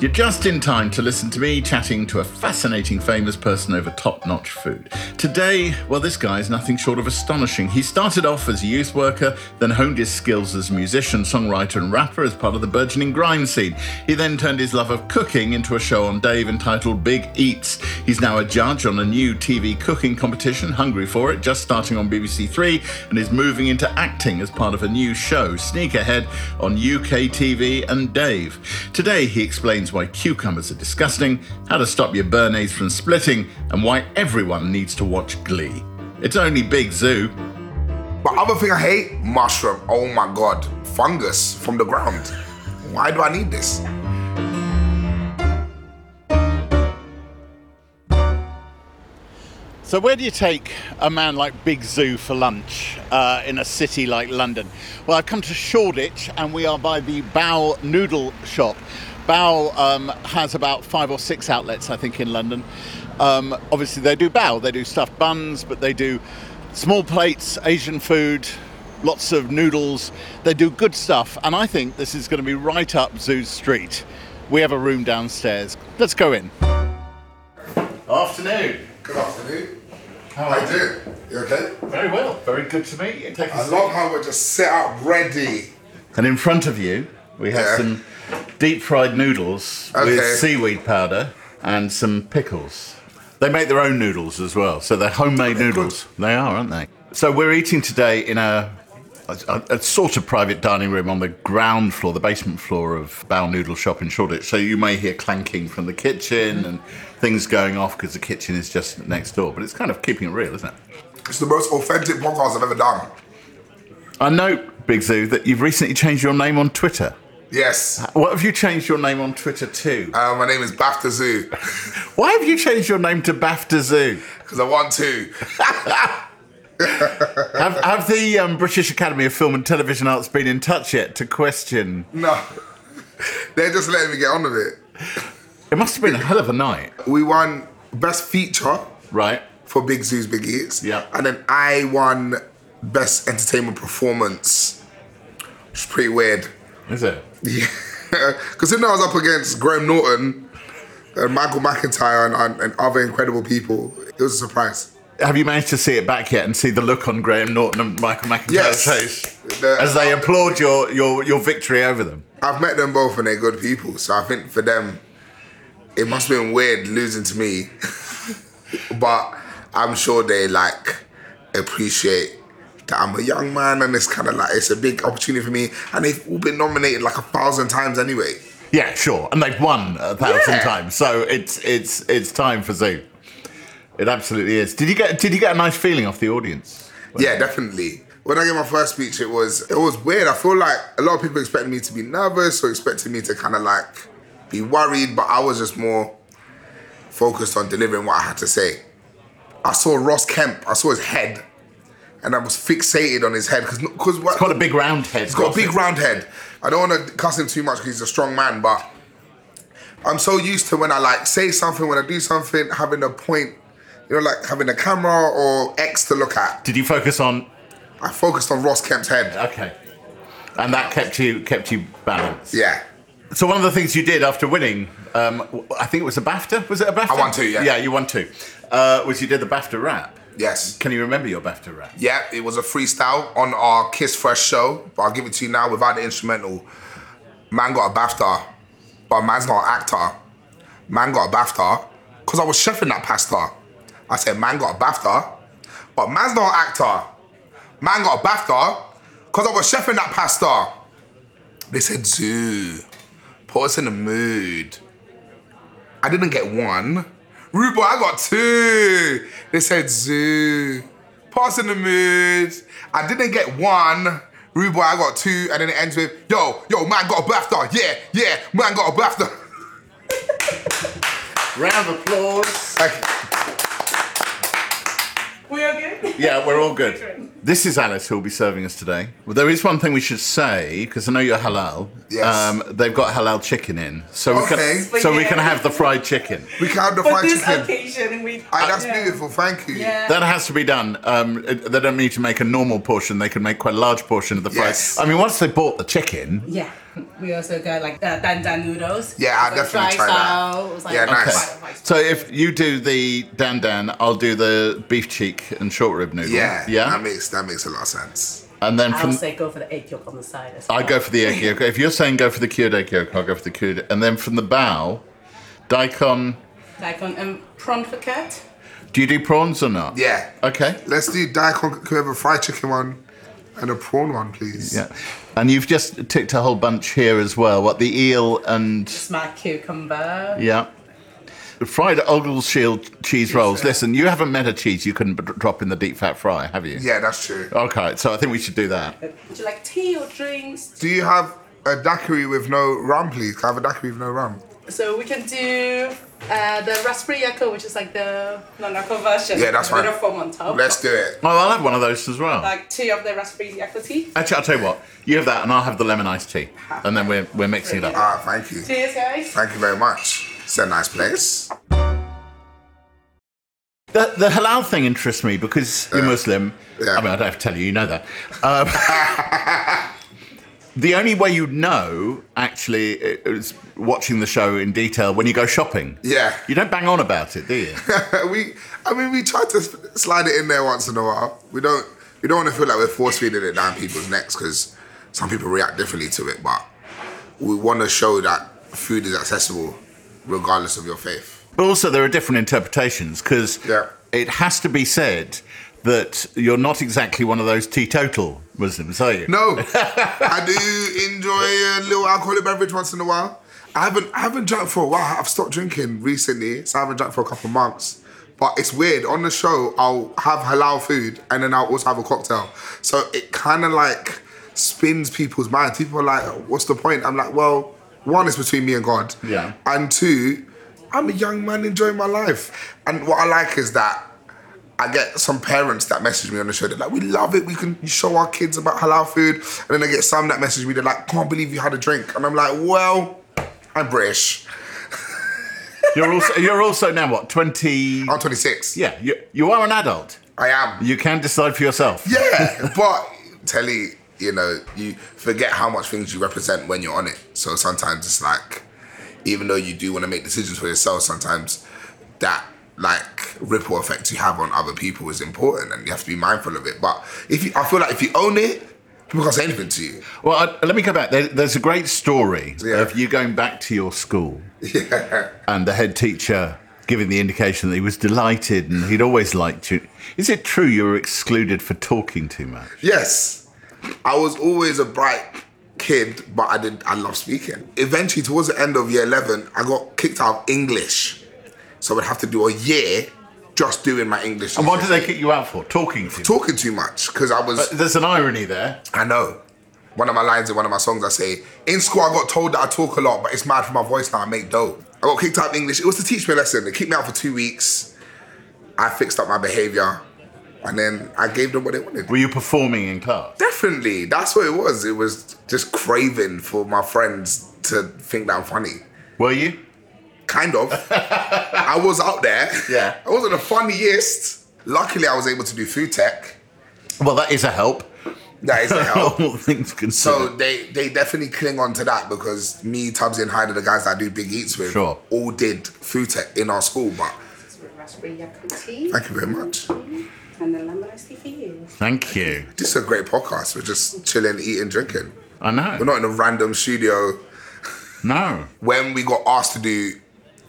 You're just in time to listen to me chatting to a fascinating famous person over top notch food. Today, well, this guy is nothing short of astonishing. He started off as a youth worker, then honed his skills as a musician, songwriter, and rapper as part of the burgeoning grime scene. He then turned his love of cooking into a show on Dave entitled Big Eats. He's now a judge on a new TV cooking competition, Hungry for It, just starting on BBC Three, and is moving into acting as part of a new show, Sneak Ahead, on UK TV and Dave. Today, he explains why cucumbers are disgusting, how to stop your bernets from splitting, and why everyone needs to watch Glee. It's only Big Zoo. But other thing I hate, mushroom. Oh my god, fungus from the ground. Why do I need this? So, where do you take a man like Big Zoo for lunch uh, in a city like London? Well, I've come to Shoreditch and we are by the Bow Noodle Shop. Bow um, has about five or six outlets, I think, in London. Um, obviously, they do Bow, they do stuffed buns, but they do small plates, Asian food, lots of noodles. They do good stuff, and I think this is going to be right up Zoo's street. We have a room downstairs. Let's go in. Afternoon. Good afternoon. How How you doing? You okay? Very well. Very good to meet you. Take a I seat. love how we're just set up ready. And in front of you, we have Yeah. some deep fried noodles Okay. with seaweed powder and some pickles. They make their own noodles as well, so they're homemade noodles. They are, aren't they? So we're eating today in a, a, a sort of private dining room on the ground floor, the basement floor of Bow Noodle Shop in Shoreditch. So you may hear clanking from the kitchen and things going off because the kitchen is just next door. But it's kind of keeping it real, isn't it? It's the most authentic podcast I've ever done. I know, Big Zoo, that you've recently changed your name on Twitter. Yes. What have you changed your name on Twitter to? Uh, my name is Bafta Zoo Why have you changed your name to BAFTA Zoo? because I want to. Have, have the um, British Academy of Film and Television Arts been in touch yet to question? No, they're just letting me get on with it. It must have been a hell of a night, We won best feature right? for Big Zoo's Big Eats. Yeah. And then I won best entertainment performance. It's pretty weird. Is it? Yeah, because then I was up against Graham Norton and Michael McIntyre and, and, and other incredible people. It was a surprise. Have you managed to see it back yet and see the look on Graham Norton and Michael McIntyre's Yes. face The- as they applaud your, your, your victory over them? I've met them both and they're good people, so I think for them, it must have been weird losing to me, but I'm sure they like appreciate that I'm a young man and it's kind of like it's a big opportunity for me, and they've all been nominated like a thousand times anyway. Yeah, sure. And they've won a thousand Yeah. times, so it's it's it's time for Zoo. It absolutely is. Did you get did you get a nice feeling off the audience? Yeah, definitely. When I gave my first speech, it was it was weird. I feel like a lot of people expected me to be nervous or expected me to kind of like be worried, but I was just more focused on delivering what I had to say. I saw Ross Kemp. I saw his head, and I was fixated on his head because because what Quite a big round head. He's got a big round head. I don't want to cuss him too much because he's a strong man, but I'm so used to when I like say something, when I do something, having a point, you know, like having a camera or X to look at. Did you focus on I focused on Ross Kemp's head. Okay. And that kept you kept you balanced. Yeah. So one of the things you did after winning, um, w- I think it was a BAFTA. Was it a BAFTA? I won two, yeah. Yeah, you won two. Uh, was you did the BAFTA rap? Yes. Can you remember your BAFTA rap? Yeah, it was a freestyle on our Kiss Fresh show, but I'll give it to you now without the instrumental. Man got a BAFTA, but man's not an actor. Man got a BAFTA, because I was chefing that pasta. I said, man got a BAFTA, but man's not an actor. Man got a BAFTA, because I was chefing that pasta. They said, Zoo, put us in the mood. I didn't get one. Rude boy, I got two. They said zoo. Pass in the mood. I didn't get one. Rude boy, I got two. And then it ends with, yo, yo, man got a BAFTA. Yeah, yeah, man got a BAFTA. Round of applause. Like, We are good? Yeah, we're all good. This is Alice who will be serving us today. Well, there is one thing we should say because I know you're halal. Um, Yes. they've got halal chicken in, so Okay. we can so we can have the fried chicken. we can have the For fried this chicken. occasion, we. Aye, that's Yeah. beautiful, thank you. Yeah. That has to be done. Um, it- they don't need to make a normal portion. They can make quite a large portion of the fries. Yes. I mean, once they bought the chicken, Yeah. we also got like the dan dan noodles. Yeah, I'll It was definitely dry try that. style, It was like Yeah, quite- nice. quite- quite- So if you do the dan dan, I'll do the beef cheek and short rib noodle. Yeah, yeah. That makes that makes a lot of sense. and then I would from say go for the egg yolk on the side. As I well. go for the egg yolk. If you're saying go for the cured egg yolk, I'll go for the cured. And then from the bow, daikon. daikon and um, prawn focaccia. Do you do prawns or not? Yeah. Okay. Let's do daikon whoever fried chicken one and a prawn one, please. Yeah. And you've just ticked a whole bunch here as well. What the eel and Smart cucumber. yeah. The fried Ogleshield cheese rolls. sir. Listen, you haven't met a cheese you couldn't b- drop in the deep fat fry, have you? Yeah, that's true. Okay, so I think we should do that. Oh, Would you like tea or drinks? Do you have a daiquiri with no rum, please? Can I have a daiquiri with no rum? So we can do uh, the raspberry yakko, which is like the non-alcohol version. Yeah, that's With fine. a foam on top. Let's do it. Oh, I'll have one of those as well. like two of the raspberry yakko tea. Actually, I'll tell you what. You have that, and I'll have the lemon iced tea, and then we're we're mixing it up. Ah, thank you. Cheers, guys. Thank you very much. It's a nice place. The, the halal thing interests me because you're Yeah. Muslim. Yeah. I mean, I don't have to tell you, you know that. Um, the only way you know, actually, is watching the show in detail when you go shopping. Yeah. You don't bang on about it, do you? we, I mean, we try to s- slide it in there once in a while. We don't, we don't want to feel like we're force feeding it down people's necks because some people react differently to it. But we want to show that food is accessible regardless of your faith. But also, there are different interpretations because Yeah. it has to be said that you're not exactly one of those teetotal Muslims, are you? No, I do enjoy a little alcoholic beverage once in a while. I haven't, I haven't drank for a while. I've stopped drinking recently, so I haven't drank for a couple of months. But it's weird. On the show, I'll have halal food and then I'll also have a cocktail. So it kind of like spins people's minds. People are like, "What's the point?" I'm like, "Well, one is between me and God, Yeah. and two, I'm a young man enjoying my life. And what I like is that I get some parents that message me on the show. They're like, "We love it. We can show our kids about halal food." And then I get some that message me. They're like, "Can't believe you had a drink." And I'm like, "Well, I'm British. You're also you're also now what twenty? I'm 26. Yeah, you you are an adult. I am. You can decide for yourself. Yeah, but telly, you know, you forget how much things you represent when you're on it. So sometimes it's like, even though you do want to make decisions for yourself, sometimes that like ripple effect you have on other people is important, and you have to be mindful of it. But if you, I feel like if you own it, people can't say anything to you. Well, I, let me go back. There, there's a great story Yeah. of you going back to your school and the head teacher giving the indication that he was delighted and he'd always liked you. Is it true you were excluded for talking too much? Yes. I was always a bright kid, but I did I love speaking. Eventually towards the end of year eleven, I got kicked out of English. So I would have to do a year just doing my English. And what did they kick you out for? Talking too much. talking too much? Because I was There's an irony there. I know. One of my lines in one of my songs, I say, in school I got told that I talk a lot, but it's mad for my voice now, I make dough. I got kicked out of English. It was to teach me a lesson. They kicked me out for two weeks. I fixed up my behavior. And then I gave them what they wanted. Were you performing in class? Definitely. That's what it was. It was just craving for my friends to think that I'm funny. Were you? Kind of. I was out there. Yeah. I wasn't the funniest. Luckily, I was able to do food tech. Well, that is a help. That is a help. All things considered. So they, they definitely cling on to that because me, Tubbs, and Hyder, the guys that I do big eats with, Sure. all did food tech in our school. But Raspberry yakko tea thank you very much. and then lemon iced tea for you. Thank you. This is a great podcast. We're just chilling, eating, drinking. I know. We're not in a random studio no. when we got asked to do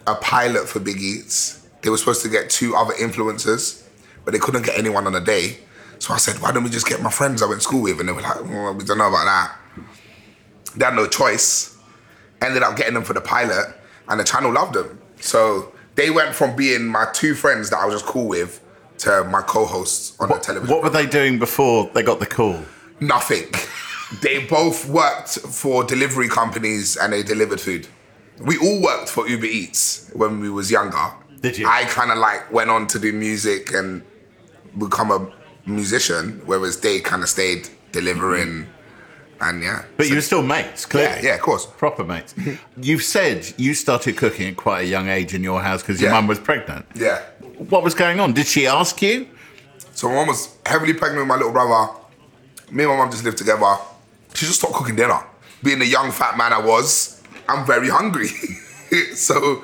a pilot for Big Eats, they were supposed to get two other influencers, but they couldn't get anyone on a day. So I said, why don't we just get my friends I went to school with? And they were like, well, we don't know about that. They had no choice. Ended up getting them for the pilot, and the channel loved them. So they went from being my two friends that I was just cool with to my co-hosts on the television. What were they doing before they got the call? Nothing. they both worked for delivery companies and they delivered food. We all worked for Uber Eats when we was younger. Did you? I kind of like went on to do music and become a musician, whereas they kind of stayed delivering. And yeah, Mm-hmm. But you were still mates, clearly. yeah, yeah, of course. proper mates. You've said you started cooking at quite a young age in your house because your Yeah. mum was pregnant. Yeah. What was going on? Did she ask you? So my mom was heavily pregnant with my little brother. Me and my mom just lived together. She just stopped cooking dinner. being the young fat man I was, I'm very hungry. so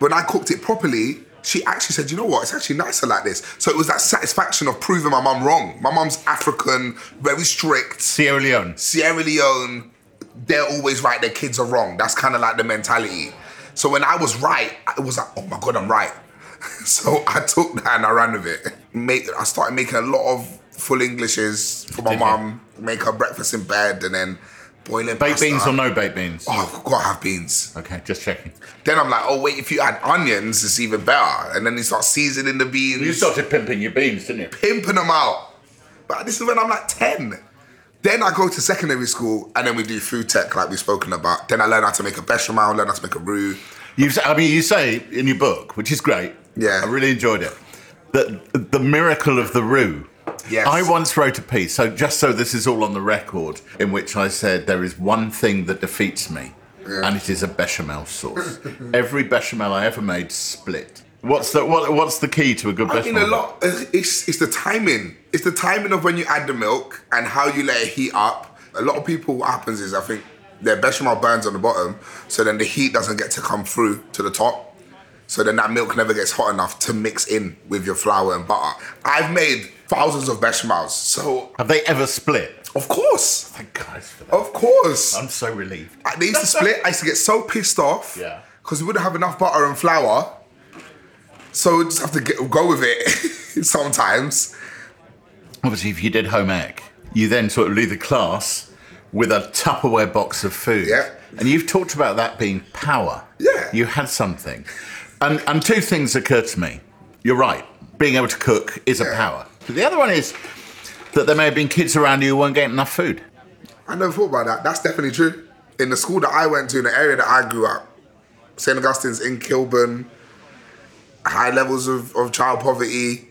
when I cooked it properly, she actually said, you know what, it's actually nicer like this. So it was that satisfaction of proving my mum wrong. My mum's African, very strict, Sierra Leone. Sierra Leone, they're always right, their kids are wrong. That's kind of like the mentality. So when I was right, it was like, oh my God, I'm right. so I took that and I ran with it. Made, I started making a lot of full Englishes for my Did you? mum, make her breakfast in bed and then boiling Baked pasta. beans or no baked beans? Oh, I've got to have beans. Okay, just checking. Then I'm like, oh wait, if you add onions, it's even better. And then you start seasoning the beans, You started pimping your beans, didn't you? pimping them out. But this is when I'm like 10. Then I go to secondary school and then we do food tech like we've spoken about. Then I learn how to make a bechamel, learn how to make a roux. You, s- I mean, you say in your book, which is great. Yeah. I really enjoyed it. That the miracle of the roux. Yes. I once wrote a piece. So just so this is all on the record, in which I said there is one thing that defeats me, and it is a bechamel sauce. Every bechamel I ever made split. What's the what, What's the key to a good I mean, bechamel? a lot. It's, it's the timing. It's the timing of when you add the milk and how you let it heat up. A lot of people, what happens is, I think their bechamel burns on the bottom, so then the heat doesn't get to come through to the top. So then that milk never gets hot enough to mix in with your flour and butter. I've made thousands of bechamels, so Have they ever split? of course, Thank God for that. of course. I'm so relieved. I- They used to split. I used to get so pissed off. Yeah. Because we wouldn't have enough butter and flour. So we just have to get, go with it sometimes. Obviously, if you did home ec, you then sort of leave the class with a Tupperware box of food. Yeah. And you've talked about that being power. Yeah. You had something. And, and two things occur to me. You're right, being able to cook is a Yeah. power. But the other one is that there may have been kids around you who weren't getting enough food. I never thought about that. That's definitely true. In the school that I went to, in the area that I grew up, St. Augustine's in Kilburn, high levels of, of child poverty.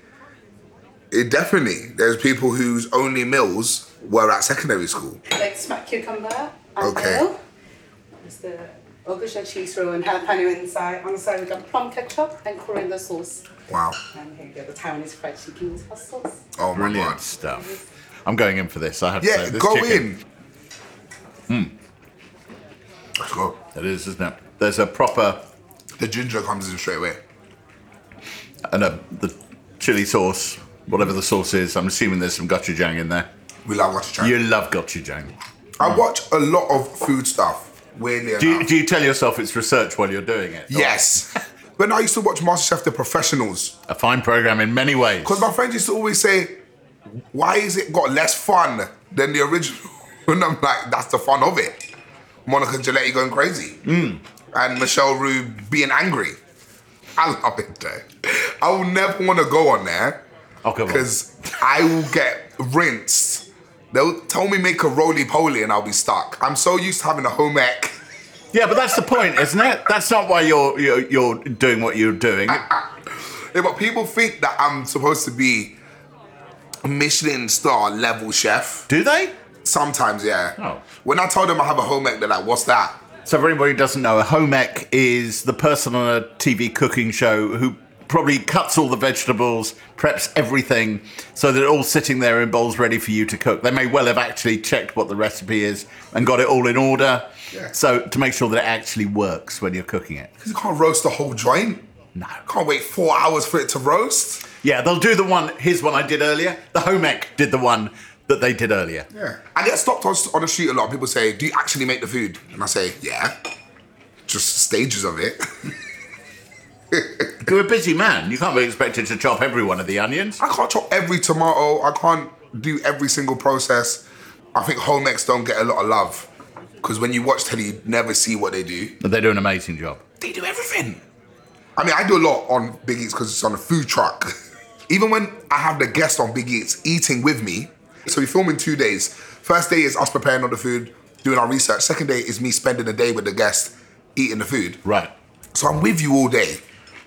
It definitely, there's people whose only meals were at secondary school. Like smack cucumber and Okay. oil. It's the Ogusha cheese roll and jalapeno inside. On the side we got plum ketchup and coriander sauce. Wow. And here we go, the Taiwanese fried chicken with hot sauce. Oh my Brilliant God. stuff. I'm going in for this. I have to Yeah, say, this go chicken- Hmm. in. Let's go. It is, isn't it? There's a proper The ginger comes in straight away. and a, the chili sauce, whatever the sauce is. I'm assuming there's some gochujang in there. We love watching You China. love gochujang. I watch a lot of food stuff. Weirdly Do you, enough. do you tell yourself it's research while you're doing it? yes. when I used to watch MasterChef The Professionals, A fine program in many ways. because my friends used to always say, why is it got less fun than the original? and I'm like, that's the fun of it. Monica Gilletti going crazy. Hmm. And Michelle Rue being angry. I love it though. I will never want to go on there. Oh, come on. because I will get rinsed. They'll tell me make a roly poly and I'll be stuck. I'm so used to having a home ec. Yeah, but that's the point, isn't it? That's not why you're you're, you're doing what you're doing. Yeah, but people think that I'm supposed to be a Michelin star level chef. Do they? Sometimes, yeah. Oh. When I told them I have a home ec, they're like, "What's that?" So for anybody who doesn't know, a home ec is the person on a TV cooking show who probably cuts all the vegetables, preps everything, so they're all sitting there in bowls ready for you to cook. They may well have actually checked what the recipe is and got it all in order, Yeah. so to make sure that it actually works when you're cooking it. 'Cause you can't roast a whole joint. No. Can't wait four hours for it to roast. Yeah, they'll do the one. Here's one I did earlier. The home ec did the one that they did earlier. Yeah. I get stopped on, on the street a lot. People say, "Do you actually make the food?" And I say, "Yeah." Just stages of it. You're a busy man. You can't be expected to chop every one of the onions. I can't chop every tomato. I can't do every single process. I think home ecs don't get a lot of love because when you watch telly, you never see what they do. But they do an amazing job. They do everything. I mean, I do a lot on Big Eats because it's on a food truck. Even when I have the guest on Big Eats eating with me, so we film in two days. First day is us preparing all the food, doing our research. Second day is me spending the day with the guest eating the food. Right. So I'm with you all day.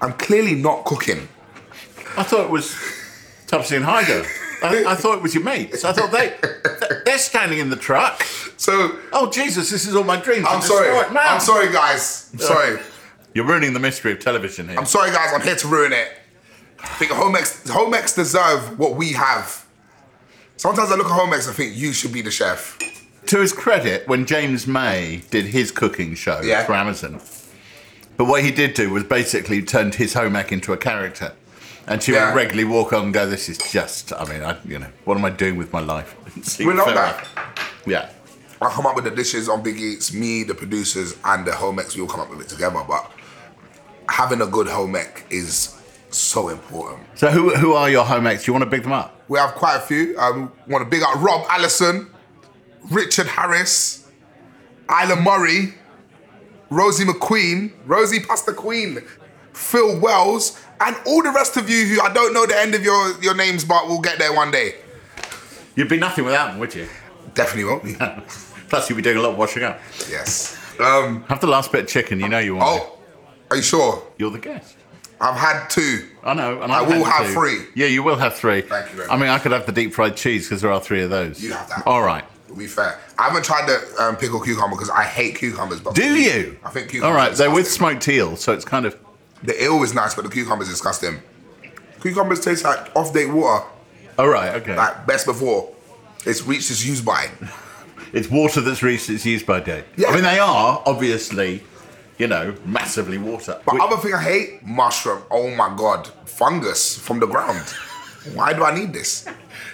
I'm clearly not cooking. I thought it was Topsy and Hyder. I, I thought it was your mates. I thought they they're standing in the truck. So Oh Jesus, this is all my dreams. I'm a sorry. destroyed man. I'm sorry, guys. I'm sorry. You're ruining the mystery of television here. I'm sorry, guys. I'm here to ruin it. I think Homex Homex deserve what we have. Sometimes I look at Homex and think you should be the chef. to his credit, when James May did his cooking show Yeah. for Amazon, but what he did do was basically turned his home ec into a character. And she Yeah. would regularly walk on and go, This is just, I mean, I, you know, what am I doing with my life? It's We love very- that. Yeah. I come up with the dishes on Big Eats, me, the producers, and the home ec, we all come up with it together. But having a good home ec is so important. So, who, who are your home ecs? Do you want to big them up? We have quite a few. Um, want to big up Rob Allison, Richard Harris, Isla Murray, Rosie McQueen, Rosie Pasta Queen, Phil Wells, and all the rest of you who I don't know the end of your, your names, but we'll get there one day. You'd be nothing without them, would you? Definitely won't be. Plus, you'd be doing a lot of washing up. yes. Um, Have the last bit of chicken, you know you want. it. oh, are you sure? You're the guest. I've had two. I know. And I I've will had have two. three. Yeah, you will have three. Thank you very I mean, I could have the deep fried cheese because there are three of those. You have that. All right. To be fair, I haven't tried the um, pickle cucumber because I hate cucumbers. But Do you? I think cucumbers. All right, are they're with disgusting. smoked eel, so it's kind of. The eel is nice, but the cucumbers disgusting. Cucumbers taste like off date water, All right, okay. like best before. It's reached its use by. It's water that's reached its use by date. Yeah. I mean, they are obviously, you know, massively water. But Which- other thing I hate, mushroom. Oh my god, fungus from the ground. Why do I need this?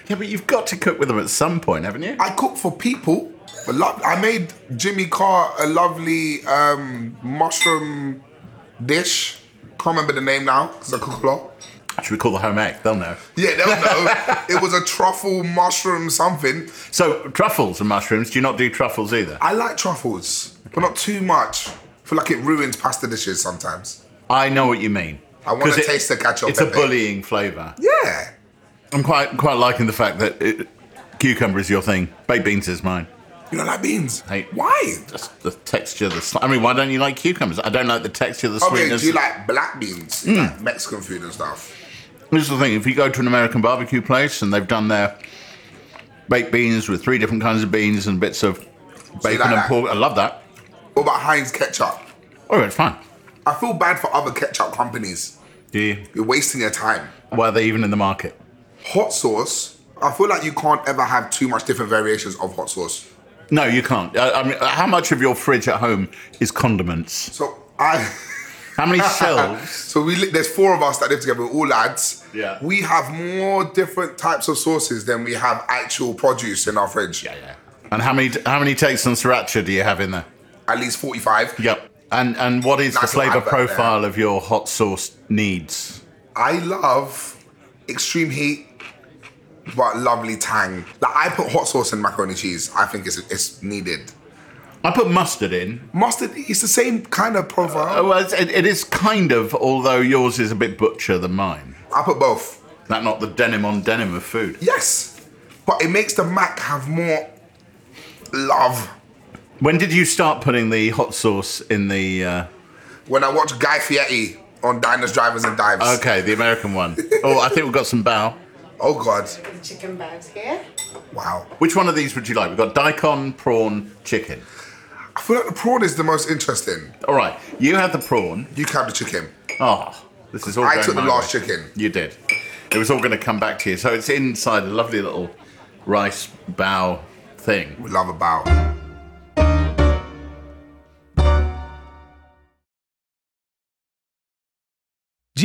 yeah, but you've got to cook with them at some point, haven't you? I cook for people. But lo- I made Jimmy Carr a lovely um, mushroom dish. Can't remember the name now because I cook a lot. Should we call the home egg? They'll know. Yeah, they'll know. it was a truffle mushroom something. So truffles and mushrooms. Do you not do truffles either? I like truffles, but not too much. I feel like it ruins pasta dishes sometimes. I know what you mean. I wanna 'Cause it- taste the cacio It's pepe. a bullying flavour. Yeah. I'm quite quite liking the fact that it, cucumber is your thing, baked beans is mine. You don't like beans? Hey. Why? Just the texture, the sli- I mean, why don't you like cucumbers? I don't like the texture, the Okay, sweetness. Oh, do you like black beans? Like Mexican food and stuff. This is the thing: if you go to an American barbecue place and they've done their baked beans with three different kinds of beans and bits of bacon like and that? pork, I love that. What about Heinz ketchup? Oh, it's fine. I feel bad for other ketchup companies. Do you? You're wasting your time. Why are they even in the market? Hot sauce, I feel like you can't ever have too much different variations of hot sauce. No, you can't. I, I mean, how much of your fridge at home is condiments? So I. How many shelves? So we li- there's four of us that live together, we're all lads. Yeah. We have more different types of sauces than we have actual produce in our fridge. Yeah, yeah. And how many how many takes on sriracha do you have in there? At least 45. Yep. And and what is the Nice little flavour advert there. profile of your hot sauce needs? I love extreme heat, but lovely tang. Like I put hot sauce in macaroni and cheese. I think it's it's needed. I put mustard in. Mustard, it's the same kind of Oh, profile. well, it's- it, it is kind of, although yours is a bit butcher than mine. I put both. That not the denim on denim of food. Yes. But it makes the mac have more love. When did you start putting the hot sauce in the? Uh, When I watch Guy Fieri on Diners, Drivers and Dives. okay, the American one. oh, I think we've got some bow. Oh God. The chicken bags here. Wow. Which one of these would you like? We've got daikon, prawn, chicken. I feel like the prawn is the most interesting. All right, you had the prawn. You can have the chicken. Oh, this is all. I going took the my last way. chicken. You did. It was all going to come back to you. So it's inside a lovely little rice bow thing. We love about. Do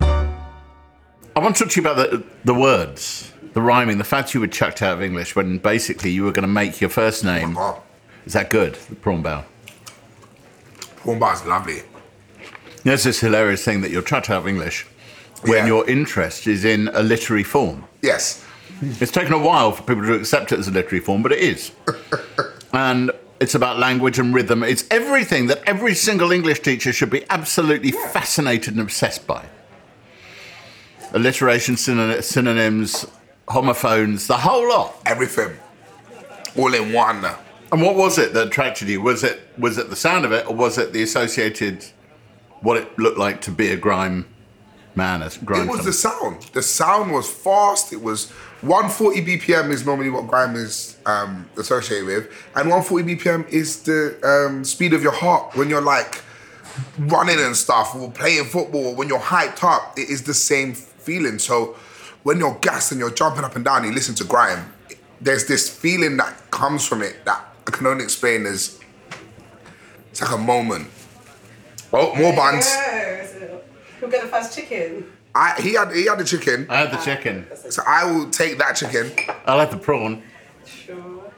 I want to talk to you about the, the words, the rhyming, the fact you were chucked out of English when basically you were going to make your first name. Oh, Is that good? The prawn bow. prawn bar is lovely. There's this hilarious thing that you're chucked out of English when Yeah. your interest is in a literary form. Yes. It's taken a while for people to accept it as a literary form, but it is. and It's about language and rhythm. It's everything that every single English teacher should be absolutely fascinated and obsessed by. Alliteration, synon- synonyms, homophones, the whole lot. Everything. All in one. And what was it that attracted you? Was it was it the sound of it, or was it the associated what it looked like to be a grime man? As grime It was fella? the sound. The sound was fast. It was 140 BPM is normally what grime is um, associated with, and 140 BPM is the um, speed of your heart when you're like running and stuff, or playing football, or when you're hyped up. It is the same feeling. So when you're gassed and you're jumping up and down, you listen to grime. There's this feeling that comes from it that I can only explain as it's like a moment. Oh, more buns. Yes. Who got the first chicken? I, he had he had the chicken. I had Ah, the chicken. So I will take that chicken. I'll have the prawn. Sure.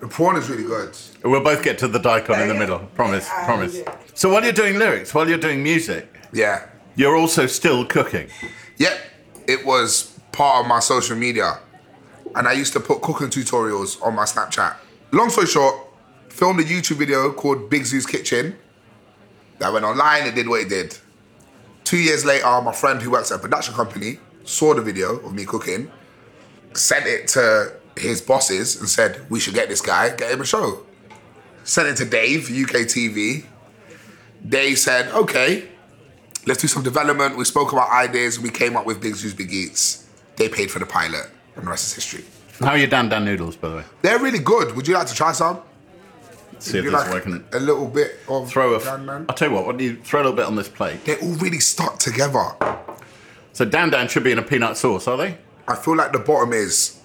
The prawn is really good. We'll both get to the daikon in the middle. Promise, Oh, Yeah. promise. So while you're doing lyrics, while you're doing music, Yeah. you're also still cooking. Yep. It was part of my social media. And I used to put cooking tutorials on my Snapchat. Long story short, filmed a YouTube video called Big Zoo's Kitchen. That went online, it did what it did. Two years later, my friend who works at a production company saw the video of me cooking, sent it to his bosses and said, We should get this guy, get him a show. Sent it to Dave, UK TV. They said, Okay, let's do some development. We spoke about ideas and we came up with Big Zoos, Big Eats. They paid for the pilot, and the rest is history. How are your dan dan noodles, by the way? They're really good. Would you like to try some? See if you this like working. a little bit of Throw a. Dan Dan? will tell you what. Why don't you throw a little bit on this plate? They're all really stuck together. So dan dan should be in a peanut sauce, are they? I feel like the bottom is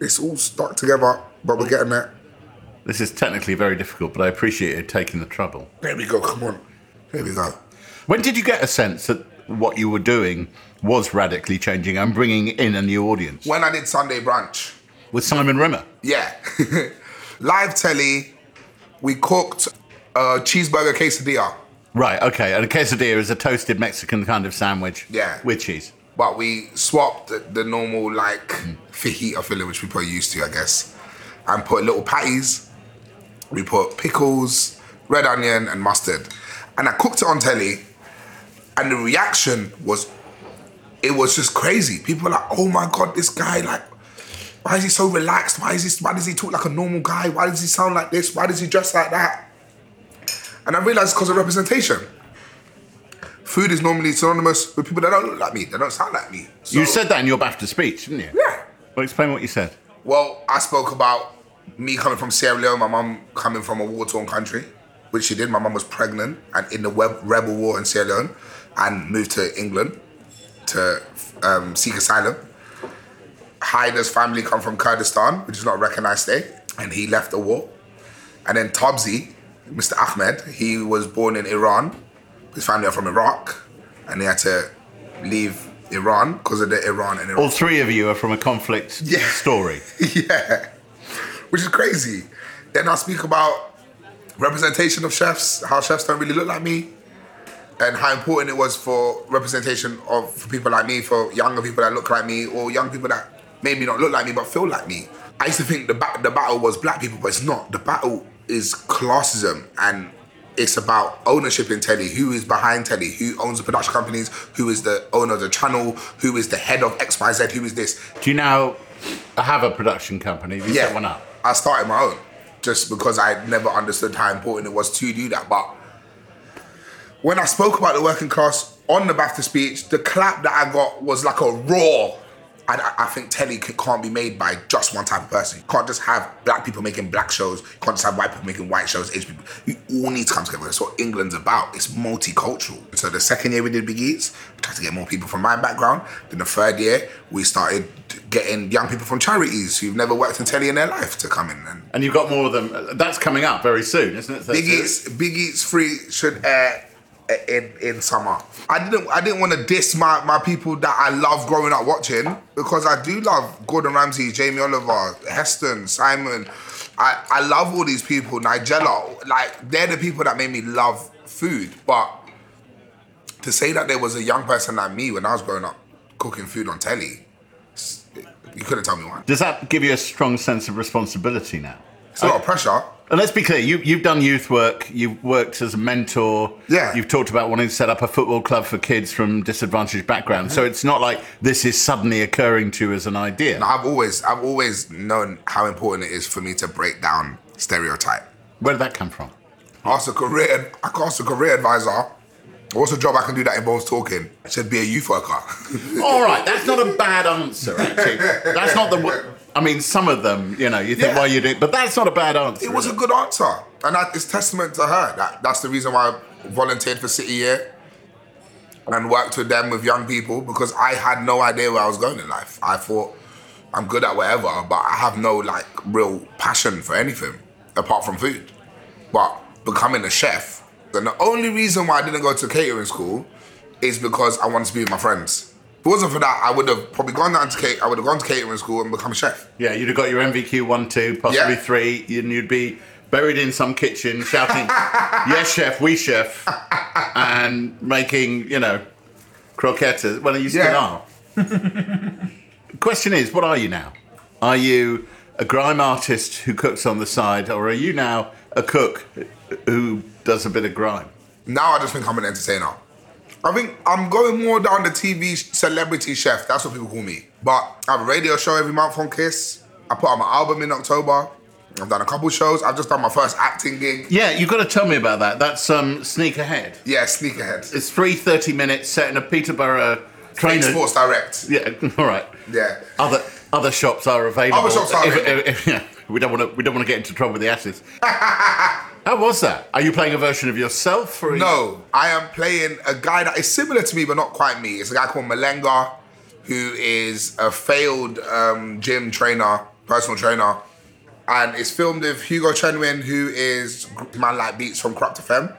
it's all stuck together, but we're getting there. This is technically very difficult, but I appreciate you taking the trouble. There we go. Come on. There we go. When did you get a sense that what you were doing was radically changing and bringing in a new audience? When I did Sunday brunch, With Simon Rimmer. yeah, live telly, we cooked a cheeseburger quesadilla. Right, okay. And a quesadilla is a toasted Mexican kind of sandwich. Yeah. With cheese. but we swapped the, the normal like fajita filling, which people are used to, I guess, and put little patties. We put pickles, red onion, and mustard, and I cooked it on telly, and the reaction was, it was just crazy. People were like, "Oh my god, this guy like." Why is he so relaxed? Why is he? Why does he talk like a normal guy? Why does he sound like this? Why does he dress like that? And I realized because of representation food is normally synonymous with people that don't look like me, that don't sound like me. So- you said that in your BAFTA speech, didn't you? Yeah. Well, explain what you said. Well, I spoke about me coming from Sierra Leone, my mum coming from a war torn country, which she did. My mum was pregnant and in the web, rebel war in Sierra Leone and moved to England to um, seek asylum. Haider's family come from Kurdistan, which is not a recognized state, and he left the war. And then Tobzi, Mr. Ahmed, he was born in Iran. His family are from Iraq, and they had to leave Iran because of the Iran and Iraq. All three of you are from a conflict Yeah. story. yeah, which is crazy. Then I speak about representation of chefs, how chefs don't really look like me, and how important it was for representation of for people like me, for younger people that look like me, or young people that maybe not look like me but feel like me. I used to think the ba- the battle was black people, but it's not. The battle is classism and. It's about ownership in telly. Who is behind telly? Who owns the production companies? Who is the owner of the channel? Who is the head of X, Y, Z? Who is this? Do you now have a production company? Have You set one up. I started my own just because I never understood how important it was to do that. But when I spoke about the working class on the BAFTA speech, the clap that I got was like a roar. And I, I think telly c- can't be made by just one type of person. You can't just have black people making black shows. You can't just have white people making white shows. Asian people. You all need to come together. That's what England's about. It's multicultural. So the second year we did Big Eats, we tried to get more people from my background. Then the third year, we started getting young people from charities who've never worked in telly in their life to come in. And And you've got more of them. That's coming up very soon, isn't it? Big Eats, Big Eats free should air in in summer. I didn't I didn't want to diss my, my people that I love growing up watching because I do love Gordon Ramsay, Jamie Oliver, Heston, Simon. I, I love all these people, Nigella. Like they're the people that made me love food. But to say that there was a young person like me when I was growing up cooking food on telly, it's- you couldn't tell me why. Does that give you a strong sense of responsibility now? It's a lot of pressure. And let's be clear, you, you've done youth work, you've worked as a mentor. Yeah. You've talked about wanting to set up a football club for kids from disadvantaged backgrounds. So it's not like this is suddenly occurring to you as an idea. I've always I've always known how important it is for me to break down stereotype. Where did that come from? I asked a career I asked a career advisor, what's a job I can do that involves talking? I said be a youth worker. All right, that's not a bad answer, actually. That's not the. w- I mean, some of them, you know, you think, Yeah. why you do But that's not a bad answer. It was is a good answer, and that is testament to her. That, that's the reason why I volunteered for City Year and worked with them with young people because I had no idea where I was going in life. I thought I'm good at whatever, but I have no like real passion for anything apart from food. But becoming a chef, and the only reason why I didn't go to catering school is because I wanted to be with my friends. If it wasn't for that, I would have probably gone down to cate. I would have gone to catering school and become a chef. Yeah, you'd have got your MVQ one, two, possibly Yeah. three, and you'd be buried in some kitchen shouting, "Yes, chef, we chef," and making you know croquettes. Well, you still Yeah. are. Question is, what are you now? Are you a grime artist who cooks on the side, or are you now a cook who does a bit of grime? Now I just think I'm an entertainer. I think I'm going more down the TV celebrity chef. That's what people call me. But I have a radio show every month on Kiss. I put out my album in October. I've done a couple shows. I've just done my first acting gig. Yeah, you've got to tell me about that. That's um, sneak ahead. Yeah, Sneakerhead. It's three thirty minutes set in a Peterborough train. Sports Direct. Yeah, all right. Yeah. Other other shops are available. Other shops are available. If- if- yeah, we don't want to. We don't want to get into trouble with the asses. How was that? Are you playing a version of yourself? Or are you- No, I am playing a guy that is similar to me, but not quite me. It's a guy called Malenga, who is a failed um, gym trainer, personal trainer, and it's filmed with Hugo Chenwin, who is man like Beats from Corrupt FM.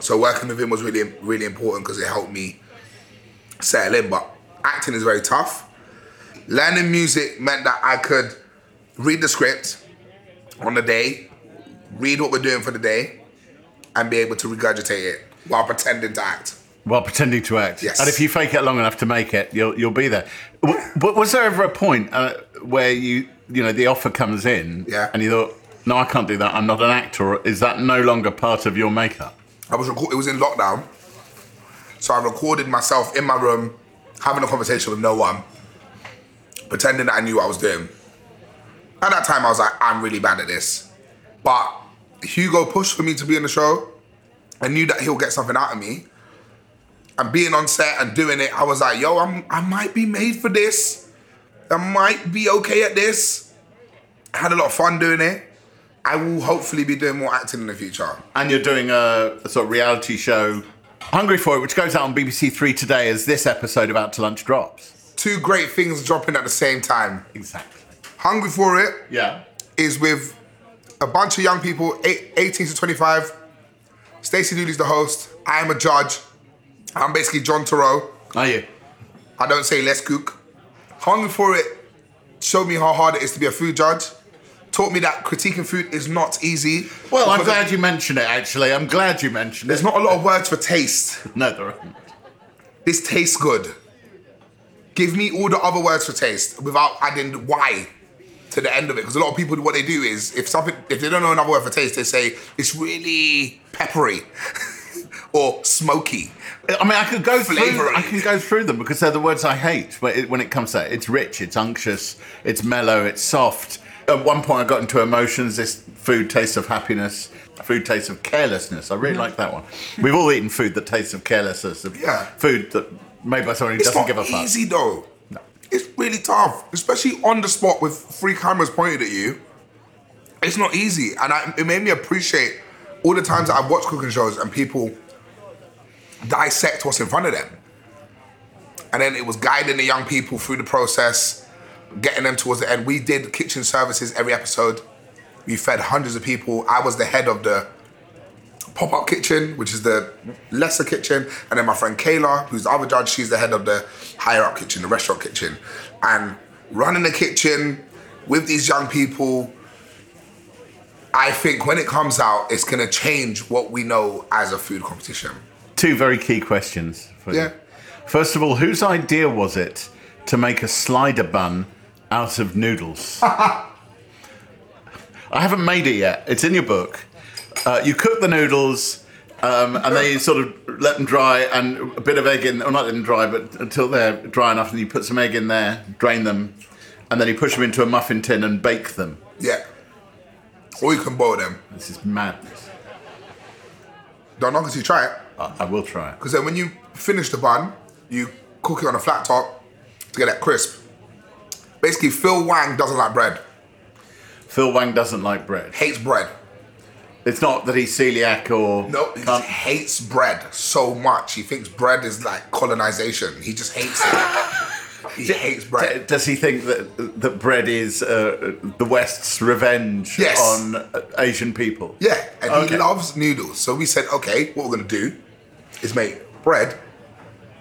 So working with him was really, really important because it helped me settle in. But acting is very tough. Learning music meant that I could read the script on the day, read what we're doing for the day, and be able to regurgitate it while pretending to act. While pretending to act. Yes. And if you fake it long enough to make it, you'll you'll be there. W- But was there ever a point uh, where you you know the offer comes in? Yeah. And you thought, no, I can't do that. I'm not an actor. Or Is that no longer part of your makeup? I was record- it was in lockdown, so I recorded myself in my room having a conversation with no one, pretending that I knew what I was doing. At that time, I was like, I'm really bad at this, but Hugo pushed for me to be in the show. I knew that he'll get something out of me. And being on set and doing it, I was like, yo, I'm, I might be made for this. I might be okay at this. I had a lot of fun doing it. I will hopefully be doing more acting in the future. and you're doing a, a sort of reality show, Hungry for It, which goes out on BBC Three today as this episode of Out to Lunch drops. two great things dropping at the same time. Exactly. Hungry for It Yeah. is with a bunch of young people, eight, 18 to 25. Stacey Dooley's the host. I am a judge. I'm basically John Thoreau. Are you? I don't say let's cook. Hungry for It showed me how hard it is to be a food judge. Taught me that critiquing food is not easy. Well, I'm Because glad you mentioned it. Actually, I'm glad you mentioned There's it. not a lot of words for taste. No, there aren't. This tastes good. Give me all the other words for taste without adding why to the end of it. Because a lot of people, what they do is if something, if they don't know another word for taste, they say it's really peppery or smoky. I mean, I could go through. Flavouring. I can go through them because they're the words I hate. But it, when it comes to it, it's rich, it's unctuous, it's mellow, it's soft. At one point, I got into emotions. This food tastes of happiness. Food tastes of carelessness. I really Mm. like that one. We've all eaten food that tastes of carelessness. Of Yeah. Food that made by someone who It's doesn't not give a fuck. easy though. It's really tough, especially on the spot with three cameras pointed at you. It's not easy, and I, it made me appreciate all the times that I've watched cooking shows and people dissect what's in front of them. And then it was guiding the young people through the process, getting them towards the end. We did kitchen services every episode. We fed hundreds of people. I was the head of the pop up kitchen, which is the lesser kitchen, and then my friend Kayla, who's the other judge, she's the head of the higher up kitchen, the restaurant kitchen, and running the kitchen with these young people. I think when it comes out, it's gonna change what we know as a food competition. Two very key questions for Yeah. you. First of all, whose idea was it to make a slider bun out of noodles? I haven't made it yet. It's in your book. Uh, you cook the noodles, um, and then you sort of let them dry, and a bit of egg in, or not let them dry, but until they're dry enough, and you put some egg in there, drain them, and then you push them into a muffin tin and bake them. Yeah. Or you can boil them. This is madness. Don't knock until you try it. I, I will try it. Because then when you finish the bun, you cook it on a flat top to get that crisp. Basically, Phil Wang doesn't like bread. Phil Wang doesn't like bread. Hates bread. It's not that he's celiac or No, he just can't- hates bread so much. He thinks bread is like colonization. He just hates it. he hates bread. Does he think that that bread is uh, the West's revenge Yes. on uh, Asian people? Yeah, and Okay. he loves noodles. So we said, okay, what we're gonna do is make bread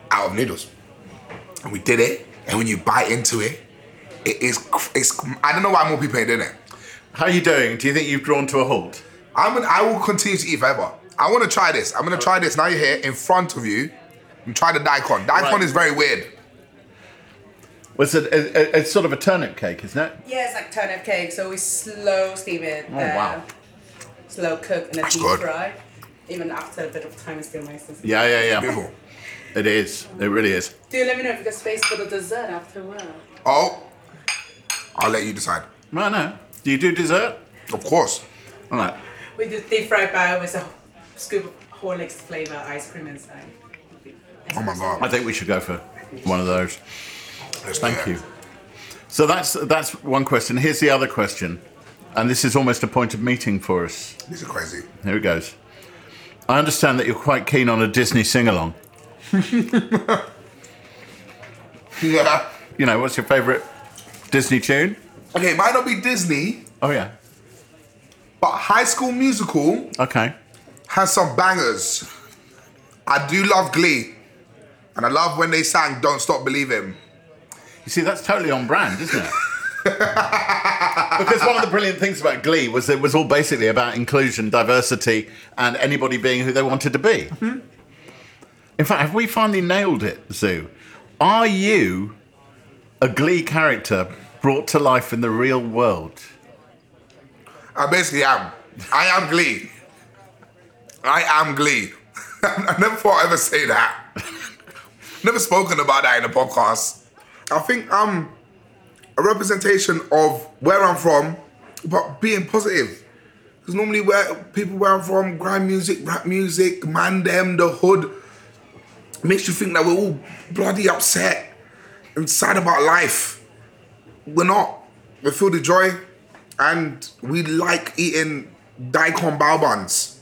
out of noodles, and we did it. And when you bite into it, it is cr- it's. cr- I don't know why more people ain't doing it. How are you doing? Do you think you've drawn to a halt? I'm gonna, I will continue to eat forever. I want to try this. I'm gonna try this now. You're here in front of you. And try the daikon. Daikon Right. is very weird. Well, It's, a, it- it's sort of a turnip cake, isn't it? Yeah, it's like turnip cake, so we slow steam it. Oh, Uh, wow. Slow cook and then That's deep good. fry. Even after a bit of time, it's still nice. and sweet. Yeah, yeah, yeah. Beautiful. It is. It really is. Do let me know if you got space for the dessert after a while. Oh, I'll let you decide. Right now, do you do dessert? Of course. All right. We do deep fried pie with a scoop of Horlicks flavor ice cream inside. Oh my god. I think we should go for one of those. Let's do Thank that. you. So that's that's one question. Here's the other question, and this is almost a point of meeting for us. This is crazy. Here it goes. I understand that you're quite keen on a Disney sing along. Yeah. You know, what's your favourite Disney tune? Okay, it might not be Disney, Oh, yeah. but High School Musical Okay. has some bangers. I do love Glee, and I love when they sang "Don't Stop Believing." You see, that's totally on brand, isn't it? because one of the brilliant things about Glee was it was all basically about inclusion, diversity, and anybody being who they wanted to be. In fact, have we finally nailed it, Zoo? Are you a Glee character brought to life in the real world? I basically am. I am Glee. I am Glee. I never thought I'd ever say that. never spoken about that in a podcast. I think I'm a representation of where I'm from, but being positive. Because normally where people where I'm from, grind music, rap music, man them, the hood, makes you think that we're all bloody upset and sad about life. We're not. We feel the joy and we like eating daikon bao buns.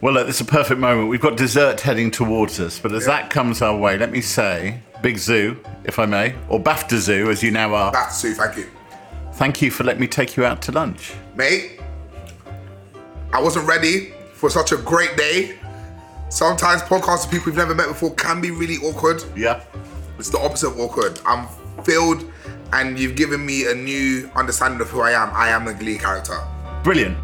Well, look, this is a perfect moment. We've got dessert heading towards us, but as that comes our way, let me say, Big Zoo, if I may, or BAFTA Zoo, as you now are, That's Sue, thank you. thank you for letting me take you out to lunch. Mate, I wasn't ready for such a great day. Sometimes podcasts with people you've never met before can be really awkward. Yeah. It's the opposite of awkward. I'm filled and you've given me a new understanding of who I am. I am a Glee character. Brilliant.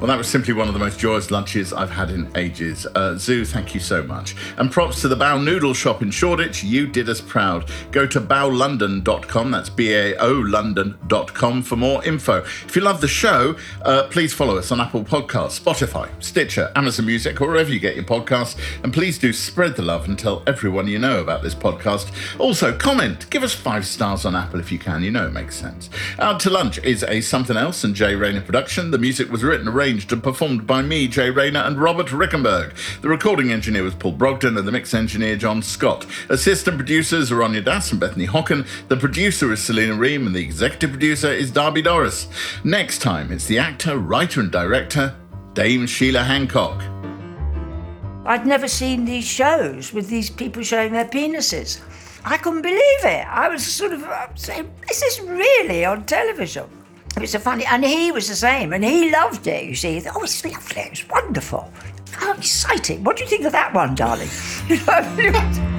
Well, that was simply one of the most joyous lunches I've had in ages. Uh, Zoo, thank you so much. And props to the Bow Noodle Shop in Shoreditch. You did us proud. Go to bowlondon.com, that's B A O London.com, for more info. If you love the show, uh, please follow us on Apple Podcasts, Spotify, Stitcher, Amazon Music, or wherever you get your podcasts. And please do spread the love and tell everyone you know about this podcast. Also, comment, give us five stars on Apple if you can. You know it makes sense. Out to Lunch is a Something Else and Jay Rayner production. The music was written, arranged, and performed by me, Jay Rayner, and Robert Rickenberg. The recording engineer was Paul Brogdon, and the mix engineer, John Scott. Assistant producers are Anya Das and Bethany Hocken. The producer is Selena Ream, and the executive producer is Darby Doris. Next time, it's the actor, writer, and director, Dame Sheila Hancock. I'd never seen these shows with these people showing their penises. I couldn't believe it. I was sort of uh, saying, "Is this really on television?" It was so funny, and he was the same, and he loved it. You see, He thought, oh, it's lovely, it's wonderful, how exciting. What do you think of that one, darling? You know,